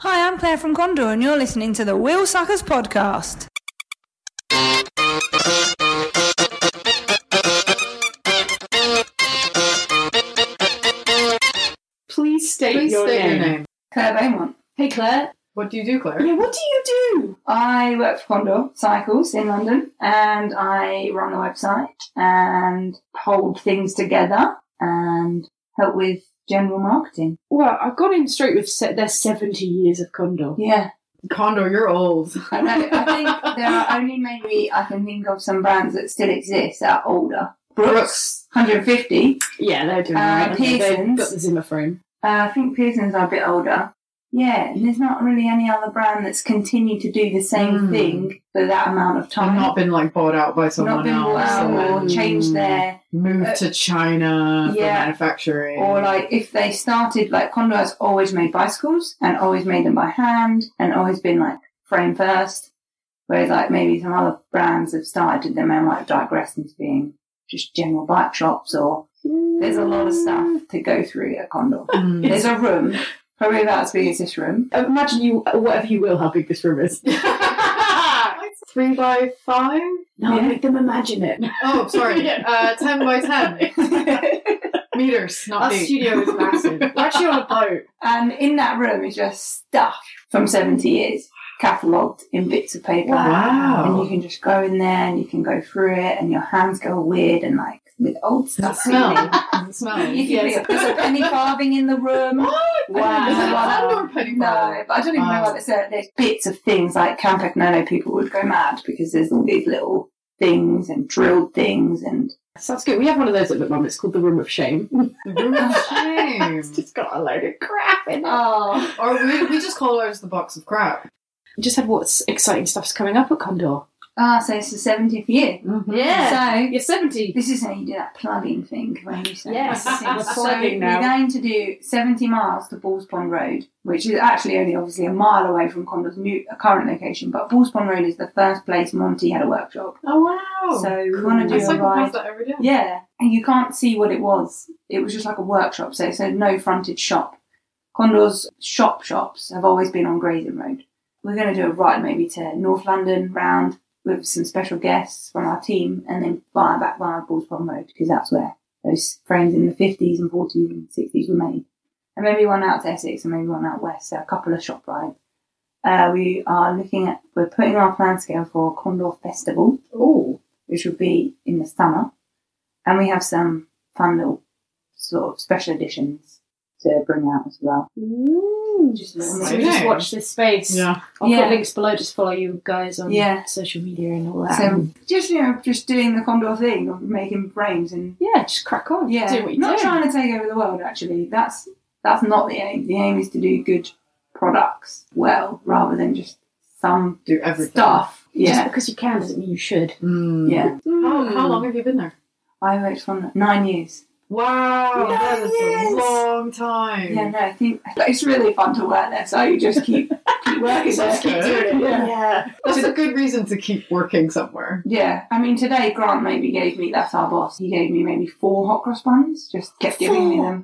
Hi, I'm Claire from Condor, and you're listening to the Wheel Suckers Podcast. Please state, Please your, state name. your name. Claire Beaumont. Hey, Claire. What do you do, Claire? Yeah, what do you do? I work for Condor Cycles in London, and I run the website and hold things together and help with general marketing. Well, I've gone in straight with se- their 70 years of Condor. Yeah, Condor, you're old. I know. I think there are only maybe I can think of some brands that still exist that are older. Brooks, 150. Yeah, they're doing Uh, alright. They've Pearsons. got the Zimmer frame. Uh, I think Pearson's are a bit older. Yeah, and there's not really any other brand that's continued to do the same Mm. thing for that amount of I've time. not been like bought out by someone not been else. Hmm. bought out or and Mm. changed their moved to China Yeah. for manufacturing. or like if they started like Condor has always made bicycles and always made them by hand and always been like frame first. Whereas like maybe some other brands have started and they might have digressed into being just general bike shops or there's a lot of stuff to go through at Condor. Mm. There's a room, probably about as big as this room. uh, Imagine you, whatever you will, how big this room is. Three by five? No, Yeah. make them imagine it. Oh, sorry. Yeah. uh, ten by ten meters, not Our feet. studio is massive. We're actually on a boat. And Um, in that room is just stuff from 70 years, catalogued in bits of paper. Oh, Wow. And you can just go in there and you can go through it, and your hands go weird and like with old Does stuff. it smell? Does it smell? You can Yes. be, there's a penny farthing in the room. Wow. Is it Wow. Condor penny No, farthing? but I don't even know Wow. what they said. There's bits of things like Camp Egnolo people would go mad because there's all these little things and drilled things and Sounds good. We have one of those at the moment. It's called the Room of Shame. The room of shame. It's just got a load of crap in it. oh, or we, we just call ours the box of crap. We just had what's exciting stuff's coming up at Condor. ah, so it's the 70th year. Mm-hmm. So You're 70. This is how you do that plugging thing when you say Yes, this is- we're so plugging we're now. going to do 70 miles to Balls Pond Road, which is actually only obviously a mile away from Condor's new current location. But Balls Pond Road is the first place Monty had a workshop, Oh wow! so we want to I do a cycle past ride. that every day. Yeah, and you can't see what it was. It was just like a workshop, so it said no fronted shop. Condor's shop shops have always been on Graydon Road. We're going to do a ride maybe to North London round with some special guests from our team and then fire back via Balls Pond Road because that's where those frames in the 50s and 40s and 60s were made. And maybe one out to Essex and maybe one out west, so a couple of shop rides. Uh, we are looking at, we're putting our plan together for Condor Festival Oh, which will be in the summer. And we have some fun little sort of special editions to bring out as well. Just a So little we bit. just watch this space. Yeah. I'll Yeah. put links below. Just follow you guys on Yeah. social media and all that. So just you know, just doing the condor thing of making frames and yeah, just crack on. yeah, do what you not do. trying to take over the world. Actually, that's that's not the aim. The aim is to do good products well, rather than just some Do everything. stuff. Just Yeah, because you can doesn't mean you should. Mm. yeah. How, how long have you been there? I worked for nine years. Wow, that is Yes. a long time. Yeah, no, I think but it's really fun to work there. So you just keep keep working there. Just keep doing it. Yeah. That's a good reason to keep working somewhere. Yeah, I mean today Grant maybe gave me that's our boss. He gave me maybe four hot cross buns, just kept giving me Four? them.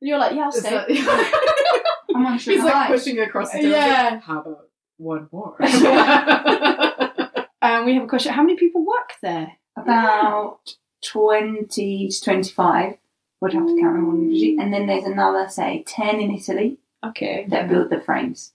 And you're like, yeah, I'll Is stay. that- I'm on He's sugar like high. pushing it across the table. Yeah. How about one more? Um, we have a question. How many people work there? About twenty to twenty-five, would have to count them on. And then there's another, say, 10 in Italy Okay. that build the frames.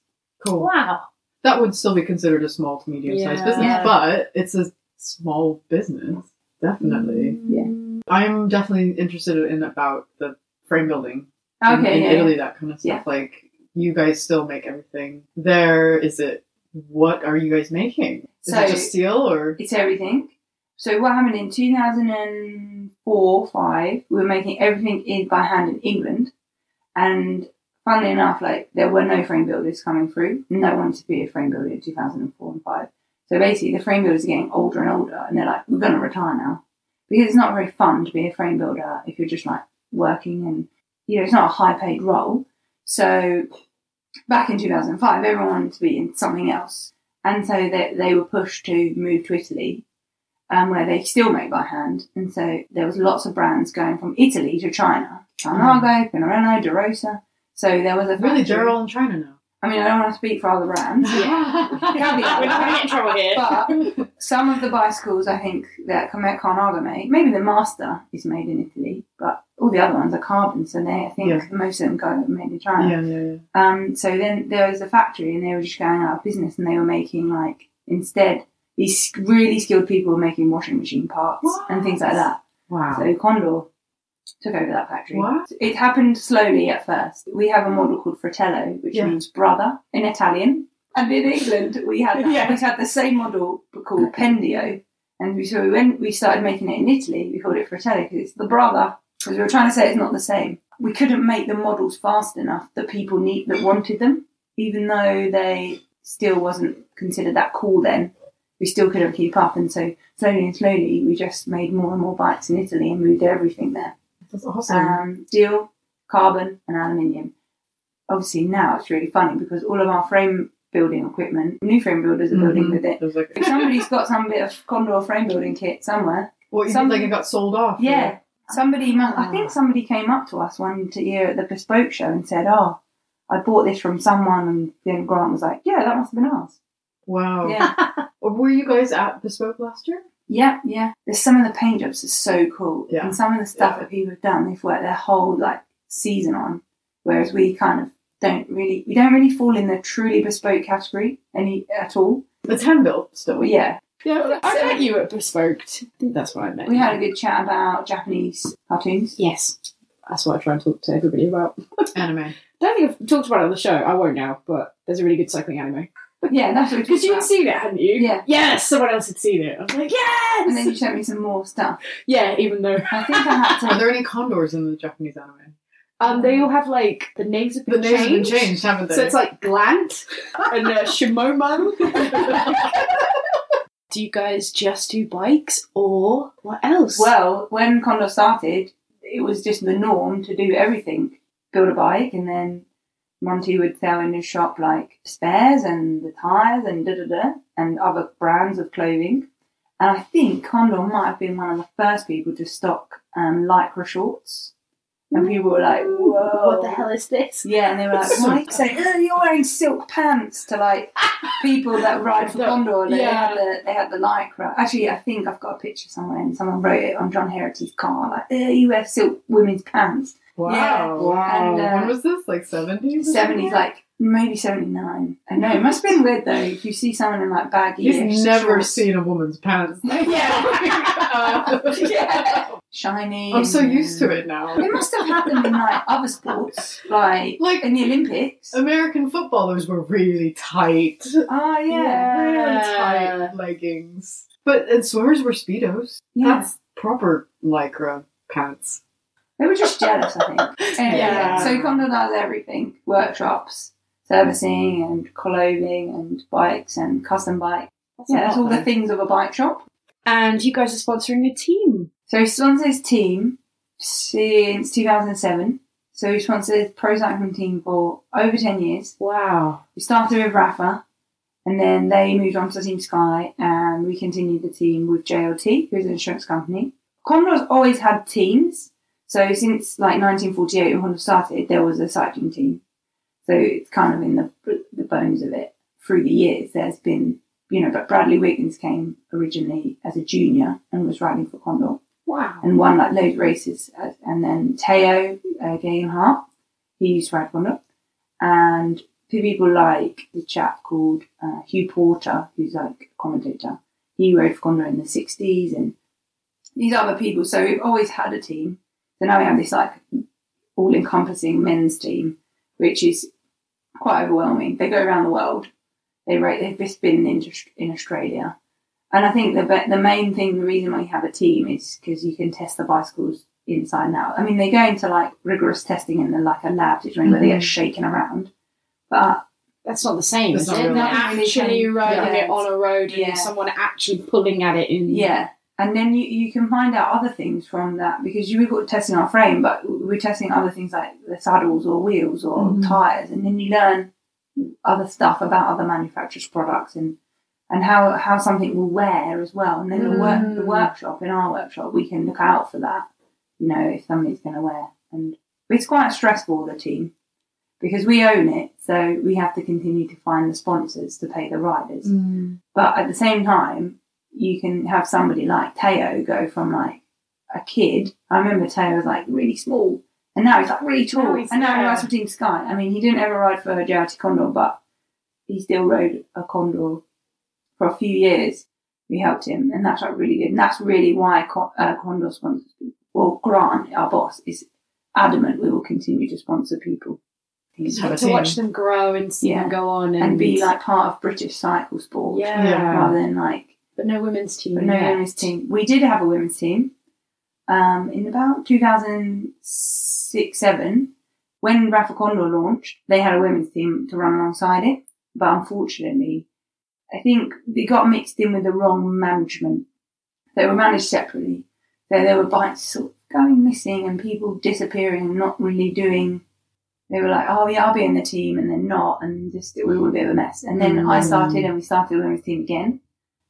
Cool. Wow. That would still be considered a small to medium sized Yeah. business, Yeah. but it's a small business. Definitely. Yeah. I'm definitely interested in about the frame building in, Okay. in yeah, Italy, that kind of Yeah. stuff. Like, you guys still make everything there. Is it, what are you guys making? Is So- it just steel or? It's everything. So what happened in 2004, 5, we were making everything in by hand in England. And funnily enough, like there were no frame builders coming through. No one to be a frame builder in 2004 and 5. So basically the frame builders are getting older and older and they're like, we're going to retire now. Because it's not very fun to be a frame builder if you're just like working and, you know, it's not a high paid role. So back in 2005, everyone wanted to be in something else. And so they, they were pushed to move to Italy, um, where they still make by hand. And so there was lots of brands going from Italy to China. Camargo, Pinarello, DeRosa. So there was a Hmm. Really, factory- they're all in China now. I mean, I don't want to speak for other brands, Can't be that We're not going to bad. get in trouble here. but some of the bicycles I think that Comet Carnago make, maybe the Master is made in Italy, but all the other ones are carbon, so they, I think Yeah. most of them go made in China. yeah, yeah, yeah. Um, so then there was a factory, and they were just going out of business, and they were making like instead these really skilled people were making washing machine parts and things like that. Wow. So Condor took over that factory. What? It happened slowly at first. We have a model called fratello, which Yeah. means brother in Italian. And in England, we had we Yeah. had the same model called pendio, and we, so we went. We started making it in Italy. We called it fratello because it's the brother. Because we were trying to say it's not the same. We couldn't make the models fast enough that people need that wanted them, even though they still wasn't considered that cool then. We still couldn't keep up, and so slowly and slowly, we just made more and more bikes in Italy and moved everything there That's awesome. um, steel, carbon, and aluminium. Obviously, now it's really funny because all of our frame building equipment, new frame builders are building Mhm. with it. There's like, If somebody's got some bit of Condor frame building kit somewhere, well, you some- mean like it got sold off. or- yeah. Somebody, mu- I think somebody came up to us one t- year at the Bespoke Show and said, "Oh, I bought this from someone," and then Grant was like, "Yeah, that must have been ours." Wow. Yeah, Were you guys at Bespoke last year? yeah, yeah. There's some of the paint jobs are so cool, Yeah. and some of the stuff Yeah. that people have done, they've worked their whole like season on, whereas we kind of don't really, we don't really fall in the truly bespoke category any at all. It's hand built still. But yeah, Yeah, I So- met you at Bespoke. I think that's what I met. we you. had a good chat about Japanese cartoons. Yes. That's what I try and talk to everybody about. Anime. don't think I've talked about it on the show. I won't now, but there's a really good cycling anime. Yeah, that's what we Because talked you had about. seen it, hadn't you? Yeah. Yes, someone else had seen it. I was like, yes! And then you sent me some more stuff. yeah, even though. I think I had Are to. there any condors in the Japanese anime? Um, they all have like the names have The been names have been changed. changed, haven't they? So it's like Glant and uh, Shimoman. do you guys just do bikes or what else? Well, when Condor started, it was just the norm to do everything build a bike, and then Monty would sell in his shop like spares and the tyres and da da da, and other brands of clothing. And I think Condor might have been one of the first people to stock um, Lycra shorts. And people were like, whoa. Mm. what the hell is this? Yeah, and they were like, So- why? So, oh, you're wearing silk pants to like people that ride for No, Condor. They, yeah. had the, they had the lycra. Actually, I think I've got a picture somewhere and someone wrote it on John Herity's car. Like, oh, you wear silk women's pants. wow. yeah. Wow. And, uh, when was this? Like 70s? 70s, like maybe 79. I know, it must have been weird though if you see someone in like baggy. He's never seen a woman's pants. yeah. yeah. Shiny. I'm so and- used to it now. It must have happened in like other sports, like, Like- in the Olympics. American footballers were really tight. oh, yeah. Really Yeah. tight leggings. But and swimmers were speedos. Yeah. That's proper lycra pants. They were just jealous, I think. Anyway, Yeah. yeah. So Condor does everything: workshops, servicing, and clothing, and bikes, and custom bike. yeah, that's all the things of a bike shop. And you guys are sponsoring a team. So he sponsors team since 2007. So he sponsors pro cycling team for over 10 years. Wow. We started with Rafa, and then they moved on to Team Sky, and we continued the team with JLT, who's an insurance company. Condor's always had teams, so since like 1948 when Condor started, there was a cycling team. So it's kind of in the, the bones of it. Through the years, there's been, you know, but Bradley Wiggins came originally as a junior and was riding for Condor. Wow. and won like loads of races. Uh, And then Teo uh, Gegenhart, he used to ride Honda, and people like the chap called uh, Hugh Porter, who's like a commentator. He rode for Honda in the sixties, and these other people. So we've always had a team. So now we have this like all-encompassing men's team, which is quite overwhelming. They go around the world. They rate. They've just been in, in Australia. And I think the be- the main thing, the reason why you have a team is because you can test the bicycles inside and out. I mean, they go into like rigorous testing in the, like a lab situation where they get shaken around. But That's not the same, That's is not it? real They're life. actually Yeah. riding it on a road Yeah. and someone actually pulling at it in. yeah, and then you, you can find out other things from that because you, we've got testing our frame, but we're testing other things like the saddles or wheels or Mhm. tires, and then you learn other stuff about other manufacturers' products and. And how, how something will wear as well, and then the, work, the Mm. workshop in our workshop we can look out for that. you know, if somebody's going to wear. And it's quite stressful, the team, because we own it, so we have to continue to find the sponsors to pay the riders. Mm. But at the same time, you can have somebody like Teo go from like a kid. I remember Teo was like really small, and now he's like really tall, Now he's- and now he yeah. rides for Team Sky. I mean, he didn't ever ride for Jarity Condor, but he still rode a Condor for a few years. We helped him, and that's like really good. And that's really why Co- uh, Condor sponsors. people. Well, Grant, our boss, is adamant we will continue to sponsor people. You He's- get Have a to watch team. them grow and see Yeah. them go on and, and be like part of British cycle sport yeah. Yeah. rather than like But no women's team. but no yet. women's team. We did have a women's team um, in about 2006 7. When Rafa Condor launched, they had a women's team to run alongside it. But unfortunately, I think they got mixed in with the wrong management. They were managed separately. So there were bikes sort of going missing and people disappearing and not really doing. They were like, oh, yeah, I'll be in the team, and then not. And just it was all a bit of a mess. And then I started and we started the women's team again.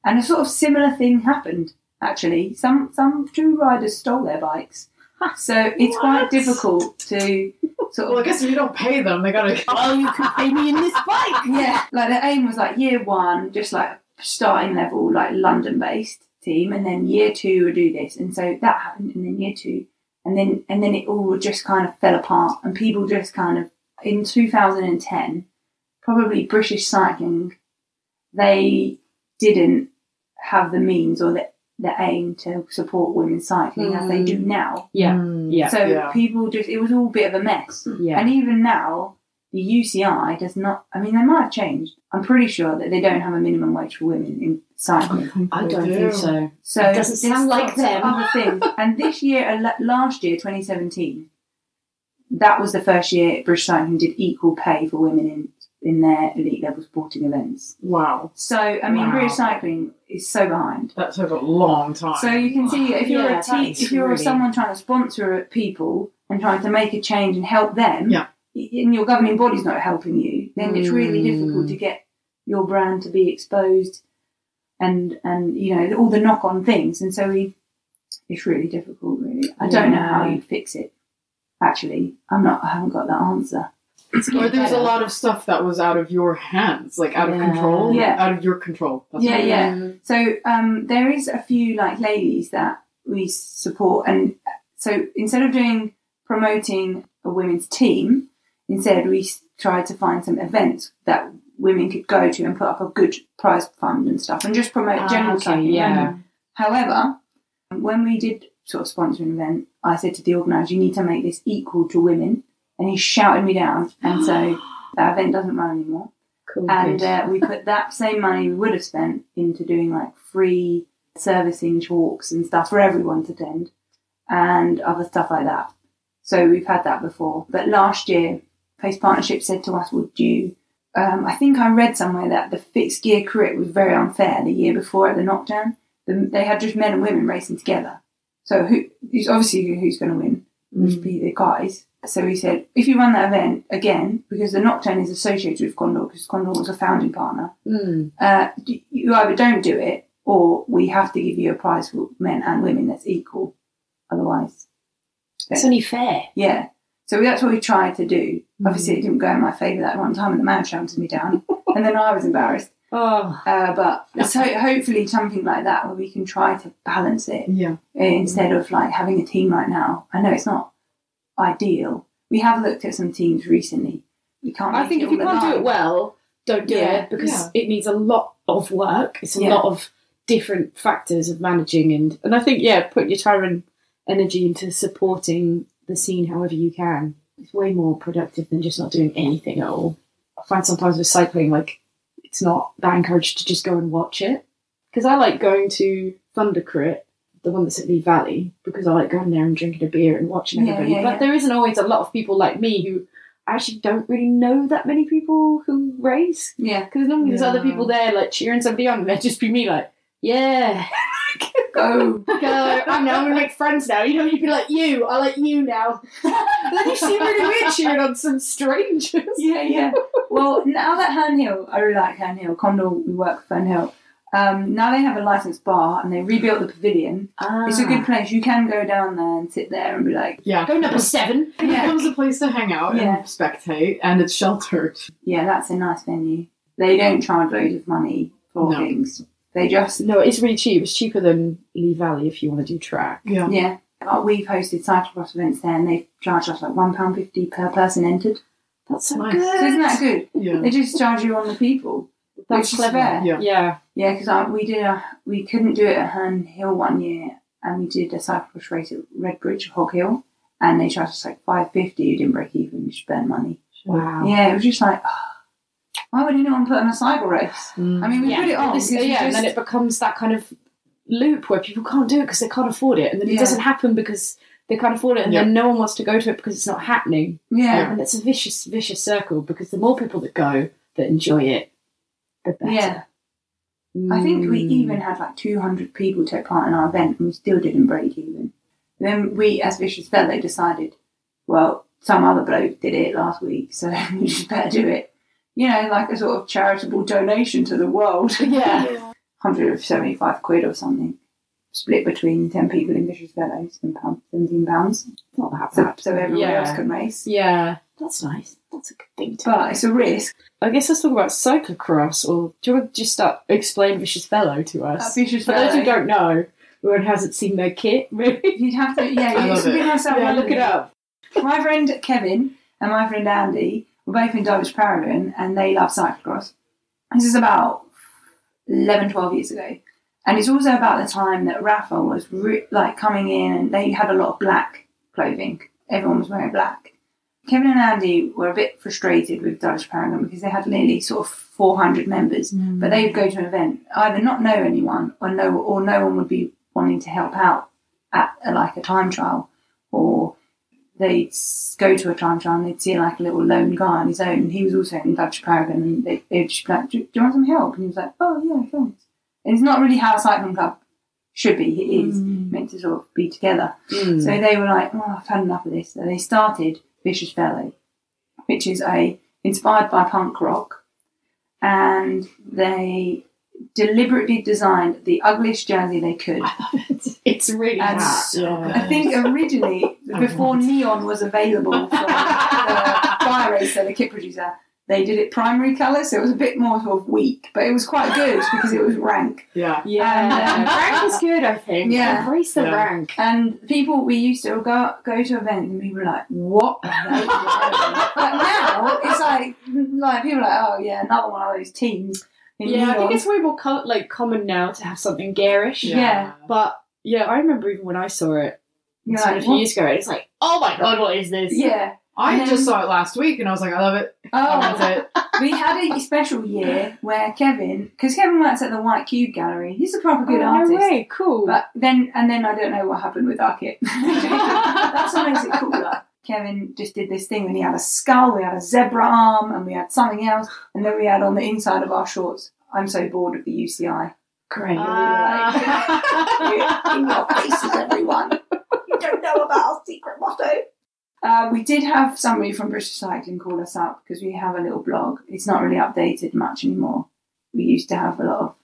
And a sort of similar thing happened actually. Some some two riders stole their bikes, so it's quite What? difficult to sort of. Well, I guess if you don't pay them, they gotta. Oh, you could pay me in this bike. yeah, like their aim was like year one, just like starting level, like London based team, and then year two would do this, and so that happened, and then year two, and then and then it all just kind of fell apart, and people just kind of in 2010, probably British cycling, they didn't have the means or the the aim to support women's cycling as they do now. Yeah. Mm. Yeah. so yeah. people just it was all a bit of a mess. Yeah. And even now, the UCI does not. I mean, they might have changed. I'm pretty sure that they don't have a minimum wage for women in cycling. I They don't do. think so. So It there's doesn't sound like lots of them. Other things. And this year, uh, la- last year, 2017, that was the first year British Cycling did equal pay for women in in their elite level sporting events. Wow. So I mean, Wow. British Cycling is so behind. That took a long time. So you can see if you're Yeah, a te- that's if you're really- someone trying to sponsor people and trying to make a change and help them, Yeah. y- and your governing body's not helping you, then it's really Mm. difficult to get your brand to be exposed, and and you know all the knock on things, and so we, it's really difficult. Really, I don't know how Yeah. you fix it. Actually, I'm not. I haven't got that answer. or there was a lot of stuff that was out of your hands, like out of Yeah. control. Yeah. Out of your control. Yeah, what- yeah. So um, there is a few like ladies that we support, and so instead of doing promoting a women's team, instead we s- tried to find some events that women could go to and put up a good prize fund and stuff, and just promote Ah, general okay, cycling. yeah. However, when we did sort of sponsor an event, I said to the organizer, "You need to make this equal to women," and he shouted me down, and so that event doesn't run anymore Cool. and good. uh, we put that same money we would have spent into doing like free servicing talks and stuff for everyone to attend and other stuff like that. So we've had that before. But last year, Pace Partnership said to us, Would you? Um, I think I read somewhere that the fixed gear crit was very unfair the year before at the knockdown. The, they had just men and women racing together. So who, who's obviously who's going to win? Which be the guys. So he said, if you run that event again, because the Nocturne is associated with Condor, because Condor was a founding partner, Mm. uh, d- you either don't do it or we have to give you a prize for men and women that's equal. Otherwise, It's only fair. yeah. So that's what we tried to do. Obviously, it didn't go in my favour that one time, and the man shouted me down, and then I was embarrassed. Oh, Uh, but so hopefully something like that where we can try to balance it Yeah. instead of like having a team right now. I know it's not ideal. We have looked at some teams recently. We can't. I make think it if you all can't do alive. it well, don't do Yeah. it because it needs a lot of work. It's a Yeah. lot of different factors of managing and and I think yeah, put your time and energy into supporting the scene however you can. It's way more productive than just not doing anything at all. I find sometimes with cycling, like it's not that encouraged to just go and watch it because I like going to Thundercrit, the one that's at Lee Valley, because I like going there and drinking a beer and watching Yeah, everybody. yeah, but yeah. there isn't always a lot of people like me who I actually don't really know that many people who race Yeah, because normally there's other Yeah. people there like cheering somebody on, and there'd just be me like, yeah, go. go. I'm now gonna make friends now. You know, you'd be like you, I like you now. then you seem really weird cheering on some strangers. Yeah, yeah. well, now that Hernhill, I really like Hernhill. Condor, we work for Hernhill. Um, now they have a licensed bar and they rebuilt the pavilion. It's a Ah. good place. You can go down there and sit there and be like, Yeah. Go number seven. It yeah, becomes a place to hang out Yeah. and spectate, and it's sheltered. yeah, that's a nice venue. They don't charge loads of money for No. things. They just No, it's really cheap. It's cheaper than Lee Valley if you want to do track. Yeah. Yeah. Uh, we've hosted cyclocross events there and they've charged us like £1.50 per person entered. That's so Nice. good. So isn't that good? Yeah. They just charge you on the people. That's which is clever. fair. Yeah. Yeah. Yeah, because we did a, we couldn't do it at Herne Hill one year and we did a cyclocross race at Redbridge, Hog Hill, and they charged us like 550 You didn't break even, you spent money. Wow. Yeah, it was just like, why would anyone put on a cycle race? Mm. I mean, we Yeah, put it on. and this- because we yeah, and just- then it becomes that kind of loop where people can't do it because they can't afford it, and then it Yeah. doesn't happen because they can't afford it, and Yeah. then no one wants to go to it because it's not happening. yeah. And it's a vicious, vicious circle because the more people that go that enjoy it, the better. Yeah. I think we Mm. even had like 200 people take part in our event and we still didn't break even. Then we, as Vicious Fellow, decided, well, some other bloke did it last week, so we just better do it. You know, like a sort of charitable donation to the world. Yeah. 175 quid or something. Split between 10 people in Vicious Fellow, £17. £17. Not that So, bad. so everyone Yeah. else can race. Yeah. That's nice. That's a good thing to But it's a risk. I guess let's talk about cyclocross, or do you want to just start explain Vicious Fellow to That us? Vicious For those who Fellow. don't know, everyone hasn't seen their kit, maybe. You'd have to, yeah, I you'd love have to it. be nice to have yeah, one look it up. my friend Kevin and my friend Andy were both in Darvish Paragon and they love cyclocross. This is about 11, 12 years ago. And it's also about the time that Rafa was re- like coming in and they had a lot of black clothing. Everyone was wearing black. Kevin and Andy were a bit frustrated with Darvish Paragon because they had nearly sort of 400 members, but they would go to an event, either not know anyone or no, or no one would be wanting to help out at a, like a time trial or they'd s- go to a time trial and they'd see like a little lone guy on his own. and He was also in Dutch Paragon and they, they'd just be like, do, do you want some help? And he was like, oh yeah, thanks. And it's not really how a cycling club should be. It is meant to sort of be together. So they were like, oh, I've had enough of this. So they started Vicious Fellow, which is a inspired by punk rock. And they deliberately designed the ugliest jersey they could. It's really And bad. so I Um, think originally, before neon was available from the fire racer, the kit producer, they did it primary colour, so it was a bit more sort of weak, but it was quite good because it was rank. Yeah. Yeah, And, um, rank is good. I think. Yeah. embrace the Yeah. rank. And people, we used to go go to events and people were like, "What?" are they wearing?" but now it's like, like people are like, "Oh yeah, another one of those teams." in Yeah, I think neon." it's way more col- like common now to have something garish. Yeah. But yeah, I remember even when I saw it You're sort of like, a few "What?" years ago, it's like, oh my god, what is this? Yeah. I And then- just saw it last week and I was like, I love it. I Oh, love it. we had a special year where Kevin, because Kevin works at the White Cube Gallery, he's a proper good Oh, artist. no way, cool. But then, and then I don't know what happened with our kit. That's what makes it cooler. Kevin just did this thing when he had a skull, we had a zebra arm, and we had something else, and then we had on the inside of our shorts. I'm so bored of the UCI. Great. Ah. In your faces, everyone. You don't know about our secret motto. Uh, we did have somebody from British Cycling call us up because we have a little blog. It's not really updated much anymore. We used to have a lot of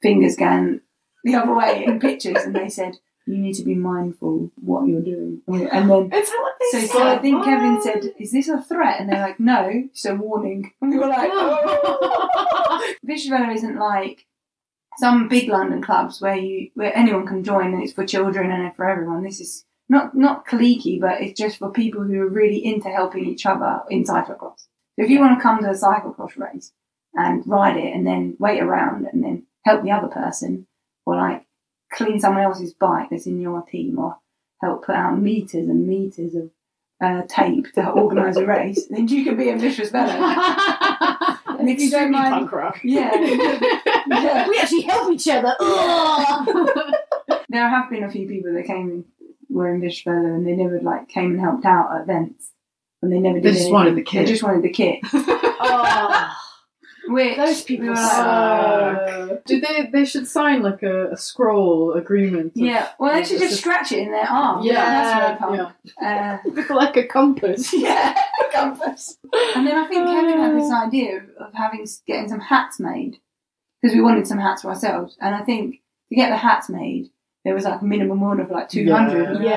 fingers going the other way in pictures, and they said, you need to be mindful what you're doing. And then It's what so, so I think Kevin said, "Is this a threat?" And they're like, "No, so warning." And we were like, Village Villa isn't like some big London clubs where you where anyone can join and it's for children and for everyone. This is not not cliquey, but it's just for people who are really into helping each other in cyclocross. So if you want to come to a cyclocross race and ride it and then wait around and then help the other person or like clean someone else's bike that's in your team or help put out meters and meters of uh, tape to organise a race, then you can be a vicious fellow. And if you don't mind, punk rock. yeah, yeah. we actually help each other. There have been a few people that came and were in Vishvella and they never like came and helped out at events. And they never did They just wanted anything. the kit. They just wanted the kit. Oh. Which Those people we were "Oh, suck. Oh. Uh, do they? They should sign like a, a scroll agreement. of- yeah, well, they should It's just scratch it in their arm. Yeah, that's no punk. Uh, Look like a compass. yeah, compass. And then I think Kevin had this idea of- of having getting some hats made because we wanted some hats for ourselves. And I think to get the hats made, there was like a minimum order of like two hundred. Yeah.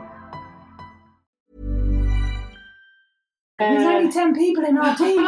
There's only 10 people in our team. Sugar.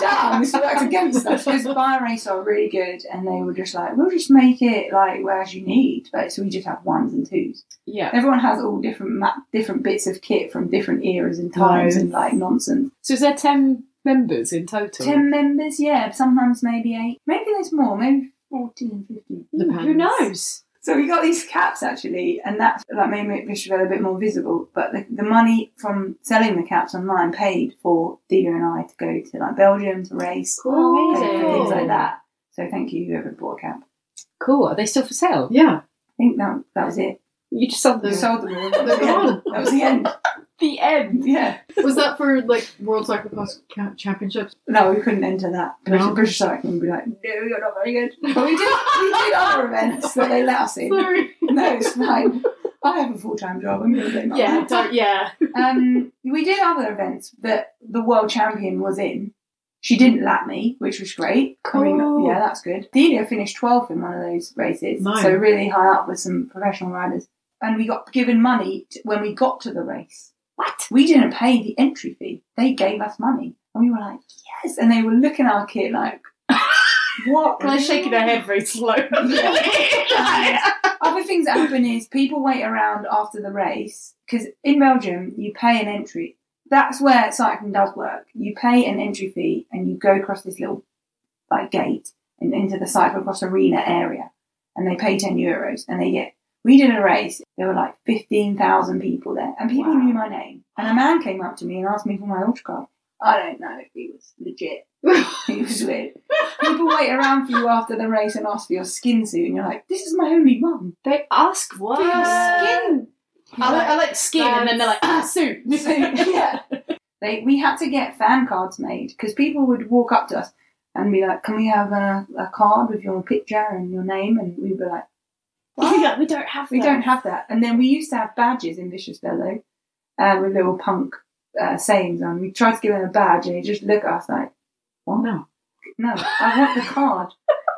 Damn, this works against us. Because the bar race are really good, and they were just like, we'll just make it like whereas you need. But so we just have ones and twos. Yeah. Everyone has all different ma- different bits of kit from different eras and times and like nonsense. So is there ten members in total? 10 members, yeah, sometimes maybe 8. Maybe there's more, maybe 14, 15. Ooh, Who Depends. knows? So we got these caps actually, and that's that made Mick Bishopville a bit more visible. But the, the money from selling the caps online paid for Dia and I to go to like Belgium to race, Cool. paid for things like Oh, Amazing. that. So thank you whoever bought a cap. I Cool. Are they still for sale? Yeah. think that that was it. You just sold We them. sold them. all. That was the end. That was the end. the end. Yeah. Was that for like World Cyclocross Ca- Championships? No, we couldn't enter that. British, No. British cycling would be like, no, you're not very good. But we did. We did other events that they let us in. Sorry. No, it's fine. I have a full time job. I'm going to do my Yeah. Don't, yeah. um, we did other events that the world champion was in. She didn't lap me, which was great. I mean, Cool. yeah, that's good. Delia finished 12th in one of those races, Nice. so really high up with some professional riders. And we got given money t when we got to the race. What? We didn't pay the entry fee. They gave us money. And we were like, yes. And they were looking at our kit like, what? And they're shaking their head very slowly. Yeah. Other things that happen is people wait around after the race because in Belgium you pay an entry. That's where cycling does work. You pay an entry fee and you go across this little like gate and into the cyclocross arena area, and they pay ten euros and they get. We did a race. There were like fifteen thousand people there, and people Wow. knew my name. And a man came up to me and asked me for my autograph. I don't know if he was legit. he was weird. People wait around for you after the race and ask for your skin suit, and you're like, "This is my only one." They ask what? For your skin. I like, I like skin, and then they're like, ah, soup. So, yeah. They, we had to get fan cards made because people would walk up to us and be like, "Can we have a, a card with your picture and your name?" And we'd be like, Yeah, we don't have "We that. don't have that." And then we used to have badges in Vicious Bellow uh, with little punk uh, sayings on. We tried to give him a badge, and he'd just look at us like, Well, no. "No, I want the card."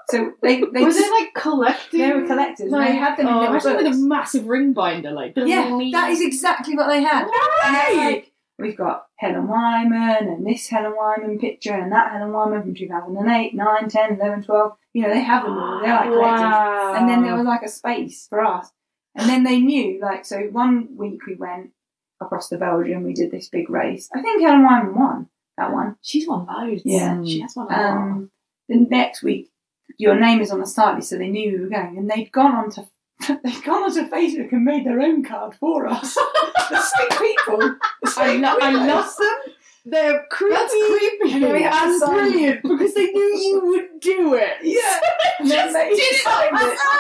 So they they Was it like collecting? They were collectors. Like, they had them in Oh, little imagine with books. a massive ring binder, like Yeah, that is exactly what they had. And it's Right! like, we've got Helen Wyman and this Helen Wyman picture and that Helen Wyman from 2008, 9, 10, 11, 12. You know, they have them all. They're like collectors. Wow. And then there was like a space for us. And then they knew, like, so one week we went across to Belgium, we did this big race. I think Helen Wyman won that one. she's won loads. Yeah. she has won a lot. Um, the next week, your name is on the start list, so they knew we were going. And they'd gone on to they'd gone onto Facebook and made their own card for us. the same people. The I, same lo- I weirdos. love them. They're creepy. That's creepy. And We had to sign. brilliant because they knew you would do it. Yeah. And they made Did us it sign it. myself.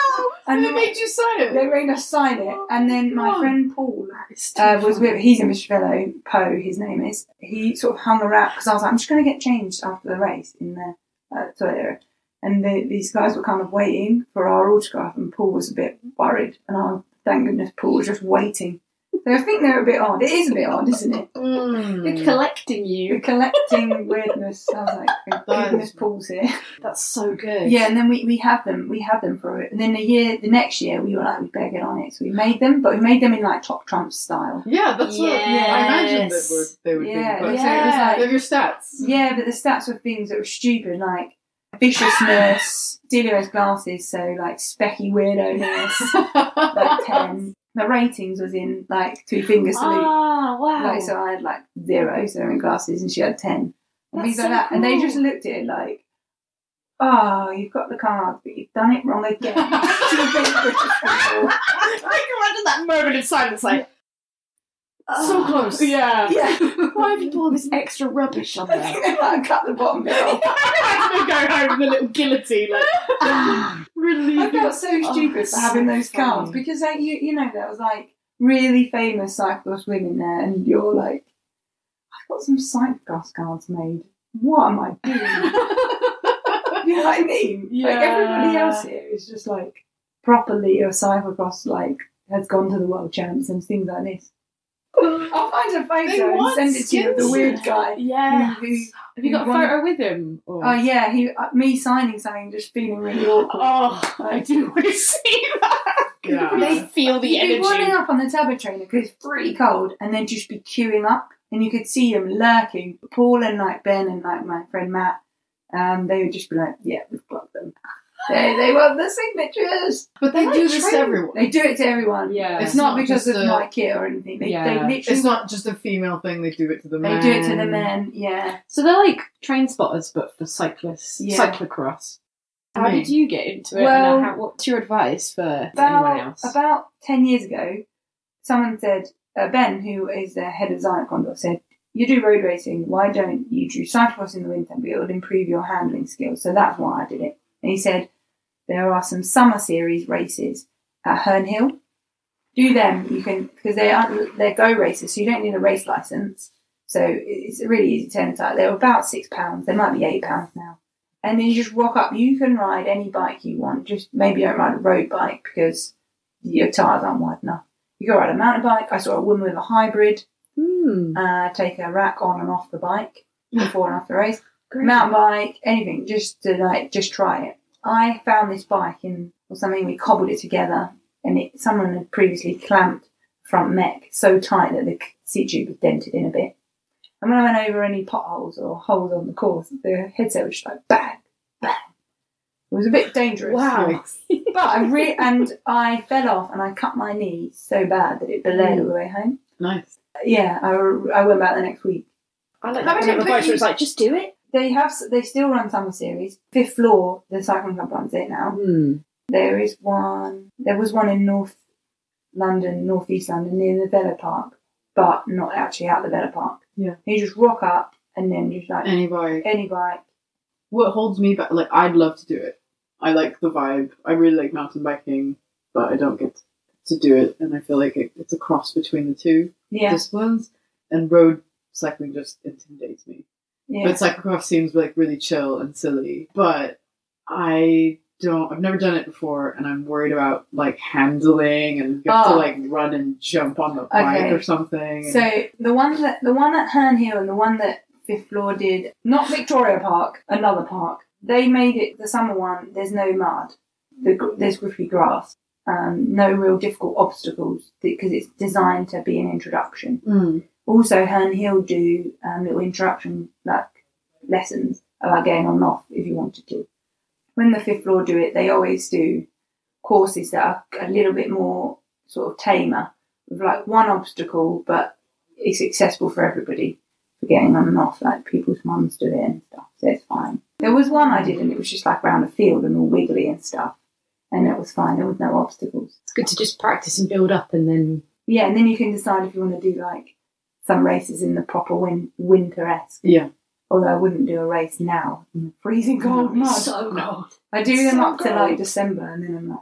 And And they then- made you sign it. They made us sign it. And then my Oh. friend Paul It's too uh, was funny. with, he's in Mishvello, Poe, his name is. He sort of hung around because I was like, I'm just going to get changed after the race in the uh, toilet area. And the, these guys were kind of waiting for our autograph, and Paul was a bit worried. And I, thank goodness, Paul was just waiting. So I think they're a bit odd. It is a bit odd, isn't it? They're collecting you. You're collecting weirdness. I was like, thank goodness, Paul's here. That's so good. Yeah, and then we, we had them, we had them for it. And then the year, the next year, we were like, we better get on it. So we made them, but we made them in like Top Trump style. Yeah, that's what I imagined that Yes. would they would Yeah, be. But yeah. they have your stats. Yeah, but the stats were things that were stupid, like viciousness, Delia wears glasses, so like specky weirdo-ness, like 10. The ratings was in like two finger salute. Ah, wow. Like, so I had like zero, so in glasses, and she had 10. And That's things like so that. And they just cool. looked at it like, oh, you've got the card, but you've done it wrong again. to the big British people. I can imagine that moment of silence, like so close. Yeah. Yeah. Why have you put all this extra rubbish on there? they might cut the bottom bit off. I'm gonna go home with a little guillotine, like really. I felt so Oh, stupid it's for having so those cards funny. because like, you you know there was like really famous cyclist women there, and you're like, I've got some cyclist cards made. What am I doing? you know what I mean? Like everybody Yeah. else here is just like properly a cyclocross like has gone to the world champs and things like this. I'll find a They photo and want send it to you of the skins. weird guy. Yeah. Who, who- Have you got a who won- photo with him? Or? Oh yeah, he uh, me signing something, just feeling really awkward. Oh, I do want to see that. Yeah. Really feel the You'd be warming energy. up on the turbo trainer because it's pretty cold, and then just be queuing up, and you could see them lurking. Paul and like Ben and like my friend Matt, um, they would just be like, "Yeah, we've got them. They they want the signatures. But they Like do this to training. everyone. They do it to everyone. Yeah. it's, It's not, not because of just a- my kit or anything. They they Yeah. literally it's not just a female thing. They do it to the they men. do it to the men. Yeah, So they're like train spotters, but for cyclists, Yeah. cyclocross. How did Right. you get into it? Well- and how, what's your advice for anyone about else? about ten years ago, someone said uh, Ben, who is the head of Zion Condor, said, "You do road racing. Why don't you do cyclocross in the winter? But it would improve your handling skills." So that's why I did it. And he said, "There are some summer series races at Herne Hill. Do them. You can because they aren't they're go races, so you don't need a race license. So it's really easy to enter. They're about six pounds. They might be eight pounds now." And then you just walk up. You can ride any bike you want. Just maybe don't ride a road bike because your tires aren't wide enough. You go ride a mountain bike. I saw a woman with a hybrid Hmm. uh, take a rack on and off the bike before and after the race. Great. Mountain bike, anything, just to like just try it. I found this bike in or something. We cobbled it together, and it someone had previously clamped front mech so tight that the seat tube was dented in a bit. And when I went over any potholes or holes on the course, the headset was just like bang, bang. It was a bit dangerous. Wow. But I re- and I fell off and I cut my knee so bad that it bled all Mm. the way home. Nice. Yeah, I, re- I went back the next week. I like How that would kind of it put advice. you- where It's like just do it. They have s- they still run summer series. Fifth floor, the cycling club runs it now. Hmm. There is one. There was one in North London, North East London, near the Villa Park, but not actually at the Villa Park. Yeah. You just rock up and then just like any, Anyway, bike. what holds me back? Like, I'd love to do it. I like the vibe. I really like mountain biking, but I don't get to do it, and I feel like it, it's a cross between the two Yeah. disciplines. And road cycling just intimidates me. yeah. But cyclocross seems like really chill and silly. But I don't. I've never done it before, and I'm worried about like handling and you have Oh. to like run and jump on the bike Okay. or something. So the one that the one at Herne Hill and the one that Fifth Floor did, not Victoria Park, another park. They made it the summer one. There's no mud. The, gr- there's grippy grass. Um, no real difficult obstacles because it's designed to be an introduction. Mm. Also, Herne Hill do um, little introduction like lessons about getting on and off if you wanted to. When the Fifth Floor do it, they always do courses that are a little bit more sort of tamer, with like one obstacle, but it's accessible for everybody for getting on and off. Like people's mums do it and stuff, so it's fine. There was one I did, and it was just like round a field and all wiggly and stuff, and it was fine. There was no obstacles. It's good to just practice and build up, and then Yeah, and then you can decide if you want to do like some races in the proper win- winter esque. yeah, Although I wouldn't do a race now, in the freezing cold mud. so cold. I do them so up to like cold. December, and then I'm like,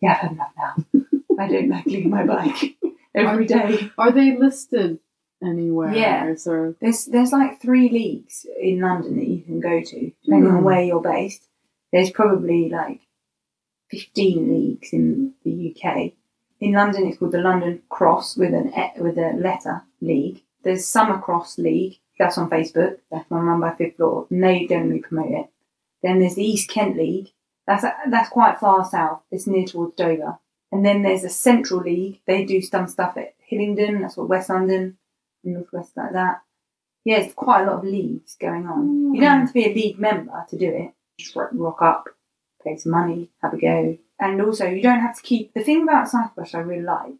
yeah, I've had enough now. I don't like leaving my bike every day. are they listed anywhere? Yeah. So There's there's like three leagues in London that you can go to, depending on Hmm. where you're based. There's probably like 15 leagues in the UK. In London, it's called the London Cross with an e- with a letter league. There's Summer Cross League. That's on Facebook. That's one run by Fifth Law, and they generally promote it. Then there's the East Kent League. That's that's quite far south. It's near towards Dover. And then there's a Central League. They do some stuff at Hillingdon. That's what West London, North West like that. Yeah, it's quite a lot of leagues going on. You Mm. don't have to be a league member to do it. Just ro- rock up, pay some money, have a go. And also, you don't have to keep the thing about cyclocross I really like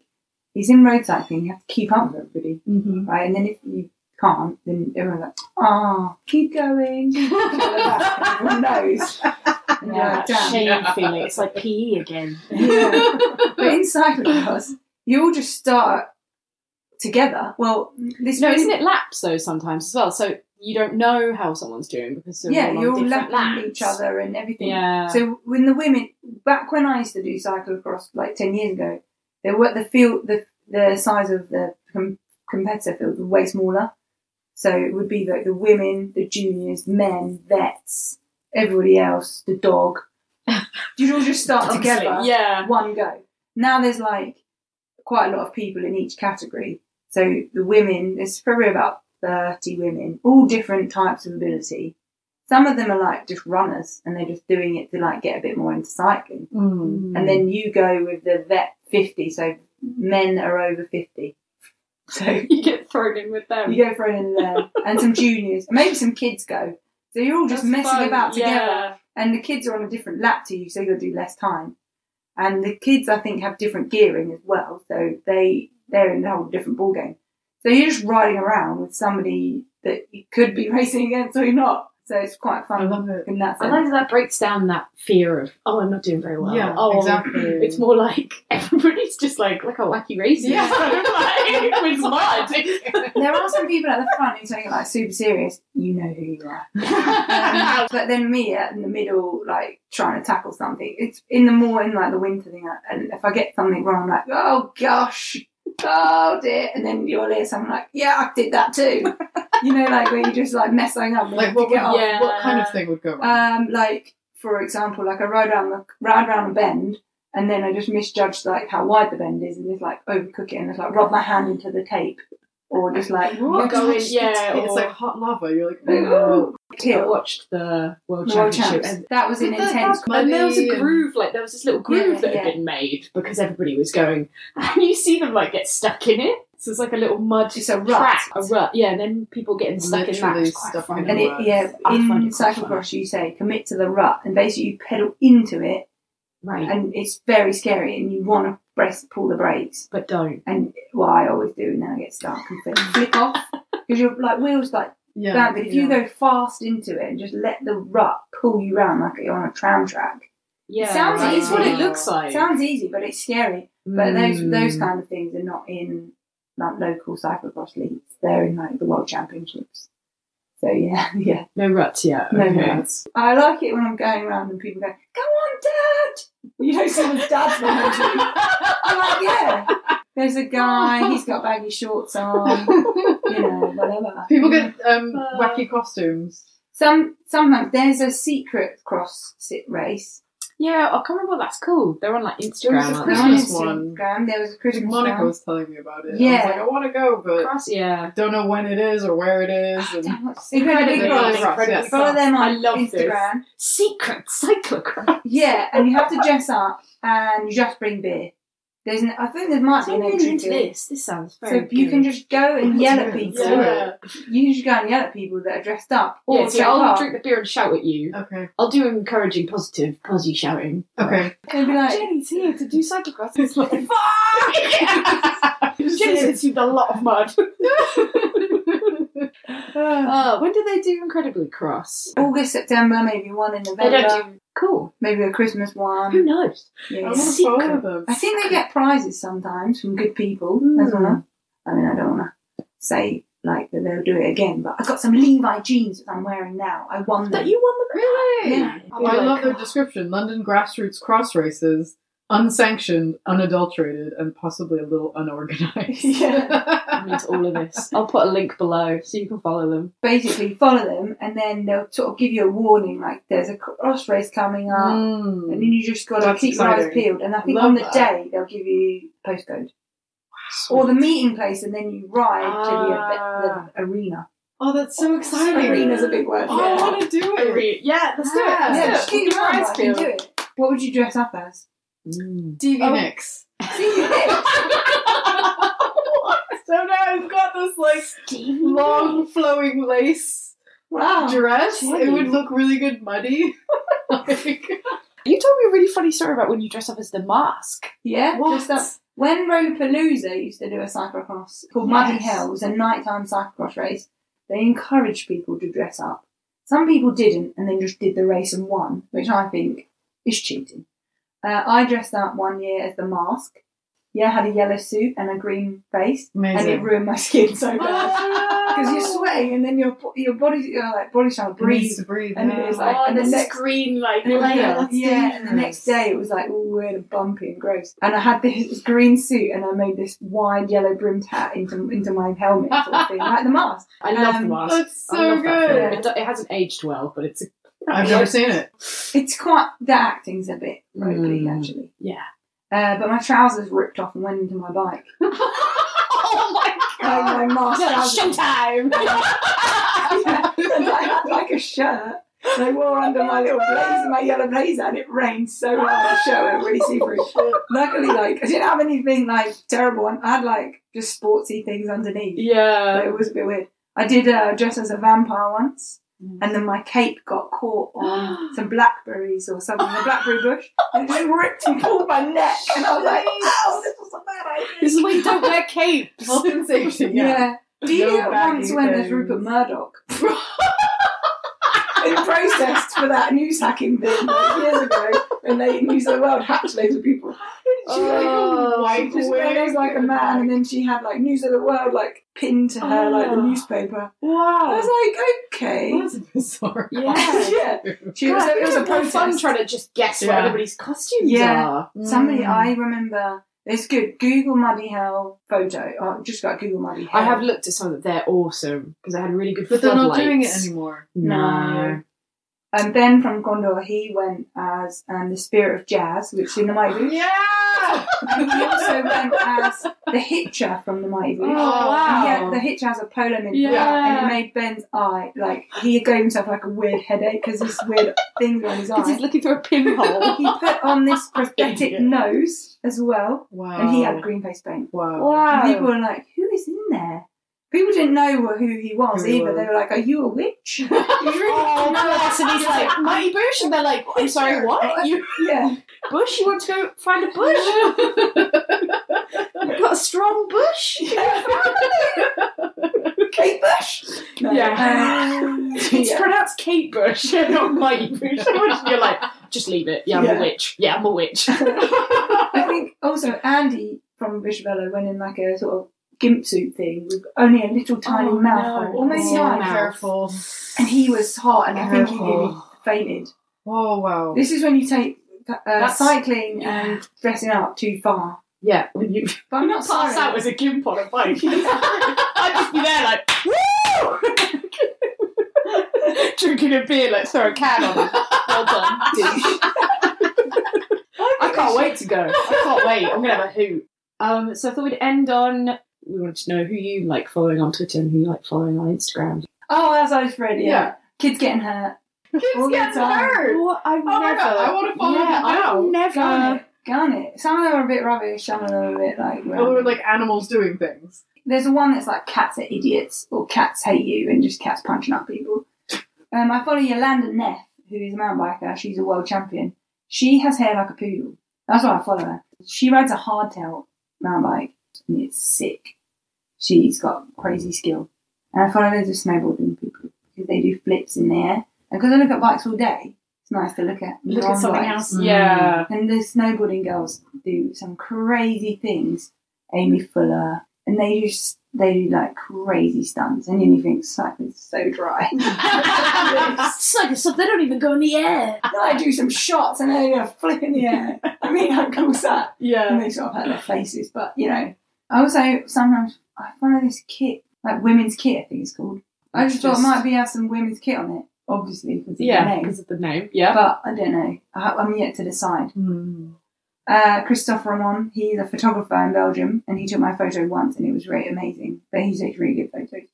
is in road cycling you have to keep up with everybody, mm-hmm. right? And then if you can't, then everyone's like, ah, keep going. Everyone knows. And you're Yeah, like, that "Damn." shame feeling. It's like E PE again. Yeah. but in cyclocross, you all just start together. Well, this No, really- isn't it laps though sometimes as well? So you don't know how someone's doing because they're yeah, all on you're all different lapping laps. each other and everything. Yeah. So when the women back when I used to do cyclocross like ten years ago, they were the field the the size of the com- competitor field was way smaller. So it would be like the women, the juniors, men, vets, everybody else, the dog. You'd all just start together. Yeah. One go. Now there's like quite a lot of people in each category. So the women, there's probably about 30 women, all different types of ability. Some of them are like just runners and they're just doing it to like get a bit more into cycling. Mm. And then you go with the vet 50, so men that are over 50. So you get thrown in with them. you go thrown in there and some juniors, and maybe some kids go. So you're all just That's messing fun, about together yeah. and the kids are on a different lap to you, so you'll do less time. And the kids, I think, have different gearing as well, so they they're in a whole different ball game. So you're just riding around with somebody that you could be racing against or you're not. So it's quite fun. I love it. In that I sense. like that that breaks down that fear of oh I'm not doing very well. Yeah, oh, exactly. It's more like everybody's just like like a wacky racing. Yeah. like, with mud. there are some people at the front who take it like super serious. You know who you are. Um, but then me out in the middle, like trying to tackle something. It's in the morning, like the winter thing, I- and if I get something wrong, I'm like, oh gosh, oh dear, and then you'll hear someone like, yeah, I did that too. you know, like where you just like mess something up. and you Like have to what? Would, get off. Yeah. What kind of thing would go Uh, wrong? Um, like for example, like I ride around the ride around a bend. And then I just misjudged like how wide the bend is, and just like overcook it, and just like rub my hand into the tape, or just like You're going, yeah, it's or- like hot lava. You're like, Ooh. I Hill. watched the World World Championships. Champs. That was an Did that intense. happen? And there was Money a and- groove, like there was this little groove Yeah, that had yeah. been made because everybody was going, and you see them like get stuck in it. So it's like a little mud It's a track, a rut. rut. Yeah, and then people getting stuck in that. Literally It's quite stuck fun. in And the it, rut. yeah, I find in it quite fun. cyclocross, you say commit to the rut, and basically you pedal into it, Right, and it's very scary, and you want to press, pull the brakes. but don't. And well, I always do, and then I get stuck and flip, flip off because you're like wheels like yeah, that. But if you yeah. go fast into it and just let the rut pull you round like you're on a tram track, Yeah, sounds like, it's what it easy. looks like. sounds easy, but it's scary. But Mm. those those kind of things are not in like local cyclocross leagues; they're in like the world championships. So yeah, yeah. no ruts yet. No okay. ruts. I like it when I'm going around and people go, "Go on, Dad! you know someone's dad's behind you. I'm like, yeah. There's a guy, he's got baggy shorts on, you know, whatever. People get um, wacky costumes. Some sometimes there's a secret cross sit race. Yeah, I can't remember what that's called. They're on like Instagram. There's a aren't they? Christmas Instagram, one. There was a Christmas Monica one. was telling me about it. I was Yeah. like, I want to go, but Cross- yeah. don't know when it is or where it is. Oh, and damn, what's- Incredibly Incredibly Cross. Cross. yes. Follow them on I love this. Instagram. Secret cyclocross. Yeah, and you have to dress up, and you just bring beer. There's, an, I think there might be I'm an really entry into fee. this. This sounds So very. you good. can just go and Let's yell do at it, people. let's do Yeah. You just go and yell at people that are dressed up. Or yeah, see, dress I'll up. drink the beer and shout at you. okay, I'll do encouraging, positive, posy shouting. okay. They'd be like, Jenny's here to do cyclocross. It's like, fuck! Jenny's consumed a lot of mud. uh, when do they do Incredibly Cross? August, September, maybe one in November. do. Hmm. Cool. Maybe a Christmas Who one. knows? I Yeah. want to follow Secret. them. I think they get prizes sometimes from good people as Hmm. well. I mean, I don't want to say like that they'll do it again, but I've got some Levi jeans that I'm wearing now. I won them. That you won the really? Yeah. Oh, I love their description. London grassroots cross races, unsanctioned, unadulterated, and possibly a little unorganized. I Uh, need all of this. I'll put a link below so you can follow them. basically follow them and then they'll sort of give you a warning like there's a cross race coming up Mm. and then you just got to That's keep your eyes exciting. peeled and I think Love on the that. day they'll give you postcode or the meeting place and then you ride Ah. to the, the arena Oh, that's so exciting. arena's a big word Oh, I want to do it. Yeah, let's do it. Yeah, yeah Let's just do it. keep your eyes Eyes peeled do peeled. it what would you dress up as Oh, DV Nix. see you there. So now I've got this like long flowing lace wow dress. It Jenny. would look really good muddy. like, You told me a really funny story about when you dress up as the mask. yeah What? just that when Ropalooza used to do a cyclocross called Muddy Hell, it was a nighttime cyclocross race, they encouraged people to dress up. Some people didn't and then just did the race and won, which I think is cheating. Uh, I dressed up one year as the mask. Yeah, I had a yellow suit and a green face, and Amazing. it ruined my skin so bad because you're sweating and then your bo- your body your like body's trying to Breathe breathe. to breathe. And it yeah. is like- Oh, and the next- green like And it was- yeah, layer. that's yeah, and the dangerous. next day it was like all weird and bumpy and gross. And I had this green suit and I made this wide yellow brimmed hat into into my helmet sort of thing, like the mask. I love the Um, mask. that's I so love that good. film. It, do- it hasn't aged well, but it's a, I've never seen it. It's quite the acting's a bit ropey Mm. actually. yeah. Uh, but my trousers ripped off and went into my bike. oh my Oh, my mask trousers. showtime! and I had like a shirt. And I wore under my little blazer, my yellow blazer, and it rained so hard my shirt went really see through. Luckily, like I didn't have anything like terrible, and I had like just sportsy things underneath. but yeah. it was a bit weird. I did uh, dress as a vampire once, Mm. and then my cape got caught on some blackberries or something, a blackberry bush, and it just ripped and pulled my neck. And I was like, "Oh, this was a bad idea." This is why you don't wear capes. Health and safety. Yeah. Yeah. Do you No know that once baggy went as things. Rupert Murdoch? In protest for that news hacking thing like, years ago, and they News of the World hacked loads of people. She, Oh, like, she just went as like a man, and then she had like News of the World like pinned to her like the Oh. newspaper. I Wow. was like, okay, That's bizarre. Yeah. yeah. She was, it was a more protest. fun trying to just guess what Yeah. everybody's costumes Yeah. are. Somebody Mm. I remember. It's good. Google Muddy Hell photo. I just got Google Muddy Hell. I have looked at some that they're awesome because I had really good Um, But they're not floodlights. doing it anymore. No. And Ben from Gondor, he went as um, the Spirit of Jazz, which is in the Mighty Boosh. Yeah. And he also went as the Hitcher from the Mighty Boosh. Oh, wow. Yeah, the Hitcher has a polo mint. Yeah. And it made Ben's eye, like, he gave himself like a weird headache because this weird thing on his Because eye. he's looking through a pinhole. He put on this prosthetic Idiot. nose as well, Wow. and he had green face paint. Wow. wow. And people were like, who is in there? People didn't know who he was Who he either. was. They were like, are you a witch? You really- Oh, bless. And he's like, Mighty Bush? And they're like, I'm sorry, what? You yeah. Bush? You want to go find a bush? You've got a strong bush? Kate Bush? No. Yeah. Um, It's yeah. pronounced Kate Bush, not Mighty Bush. And you're like, just leave it. Yeah, I'm Yeah. a witch. Yeah, I'm a witch. I think also Andy from Bishopella went in like a sort of gimp suit thing with only a little tiny Oh, mouthhole. no. Almost Oh, like no. Careful. And he was hot and I think he Careful. nearly fainted. Oh wow. This is when you take uh, That's- cycling yeah. and dressing up too far. Yeah, when you But I'm not pass sorry. out as a gimp on a bike, I'd just be there like, woo! Drinking a beer, like throw a can on it. Well done, douche. I can't wait to go. I can't wait. I'm gonna have a hoot. Um, so I thought we'd end on. We wanted to know who you like following on Twitter and who you like following on Instagram. Oh, as I was ready. Yeah. Yeah. Kids getting hurt. Kids All get the time. hurt. What? I've Oh my God, I wanna follow yeah, them now. I've Gun never. it. Gun it. Some of them are a bit rubbish, some of them are a bit like. Oh, random. they're like animals doing things. There's a one that's like cats are idiots or cats hate you and just cats punching up people. Um, I follow Yolanda Neff, who is a mountain biker. She's a world champion. She has hair like a poodle. That's why I follow her. She rides a hardtail mountain bike and it's sick. She's got crazy skill. And I follow loads of snowboarding people because they do flips in the air. And because I look at bikes all day, it's nice to look at Look at wrong something bikes. else. Mm. Yeah. And the snowboarding girls do some crazy things. Amy Fuller, and they just they do like crazy stunts, and then you think cycling's so dry. it's like it's- they don't even go in the air. then I do some shots, and they're gonna flip in the air. I mean, how cool is that? And Yeah. they sort of hurt their faces, but you know. I also sometimes I follow this kit, like women's kit, I think it's called. I just, thought it Just- might be have some women's kit on it, obviously because yeah, Yeah, the name. because of the name. Yeah. But I don't know. I, I'm yet to decide. Uh, Christophe Ramon, he's a photographer in Belgium, and he took my photo once, and it was really amazing. But he takes really good photos.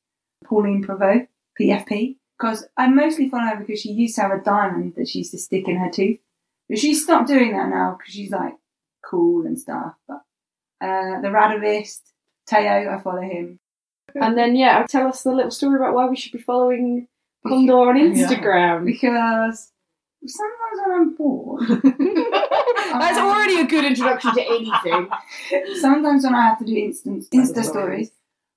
Pauline Prevost, PFP, because I mostly follow her because she used to have a diamond that she used to stick in her tooth, but she's stopped doing that now because she's like cool and stuff. But uh, the Radovist, Teo, I follow him. And then yeah, tell us the little story about why we should be following Condor on Instagram. because sometimes when I'm bored, That's already a good introduction to anything. Sometimes when I have to do instant Insta stories,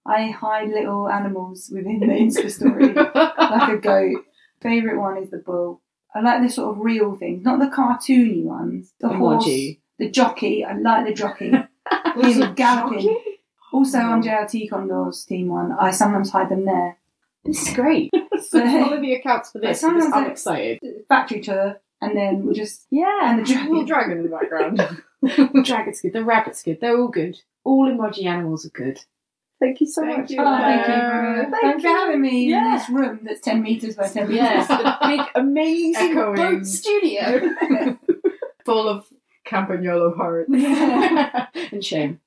I hide little animals within the Insta story, like a goat. Favorite one is the bull. I like the sort of real things, not the cartoony ones. The horse, Emoji. the jockey. I like the jockey. Him galloping. Also Mm. on JLT Condor's team one, I sometimes hide them there. This is great. So follow the accounts for But this. sometimes I'm I- excited. Factory tour, and then we just Yeah. and the And Little dragon. dragon in the background. the dragon's good. The rabbit's good. They're all good. All emoji animals are good. Thank you so Thank much. you. Oh, thank you, Yeah. Bruno. Thank you for having me Yeah. in this room that's ten meters by ten meters. Yes, the big amazing Echoing. boat studio. Full of Campagnolo heart. and shame.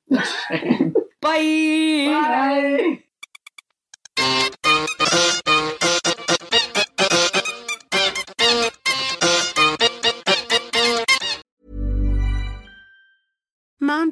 Bye. Mom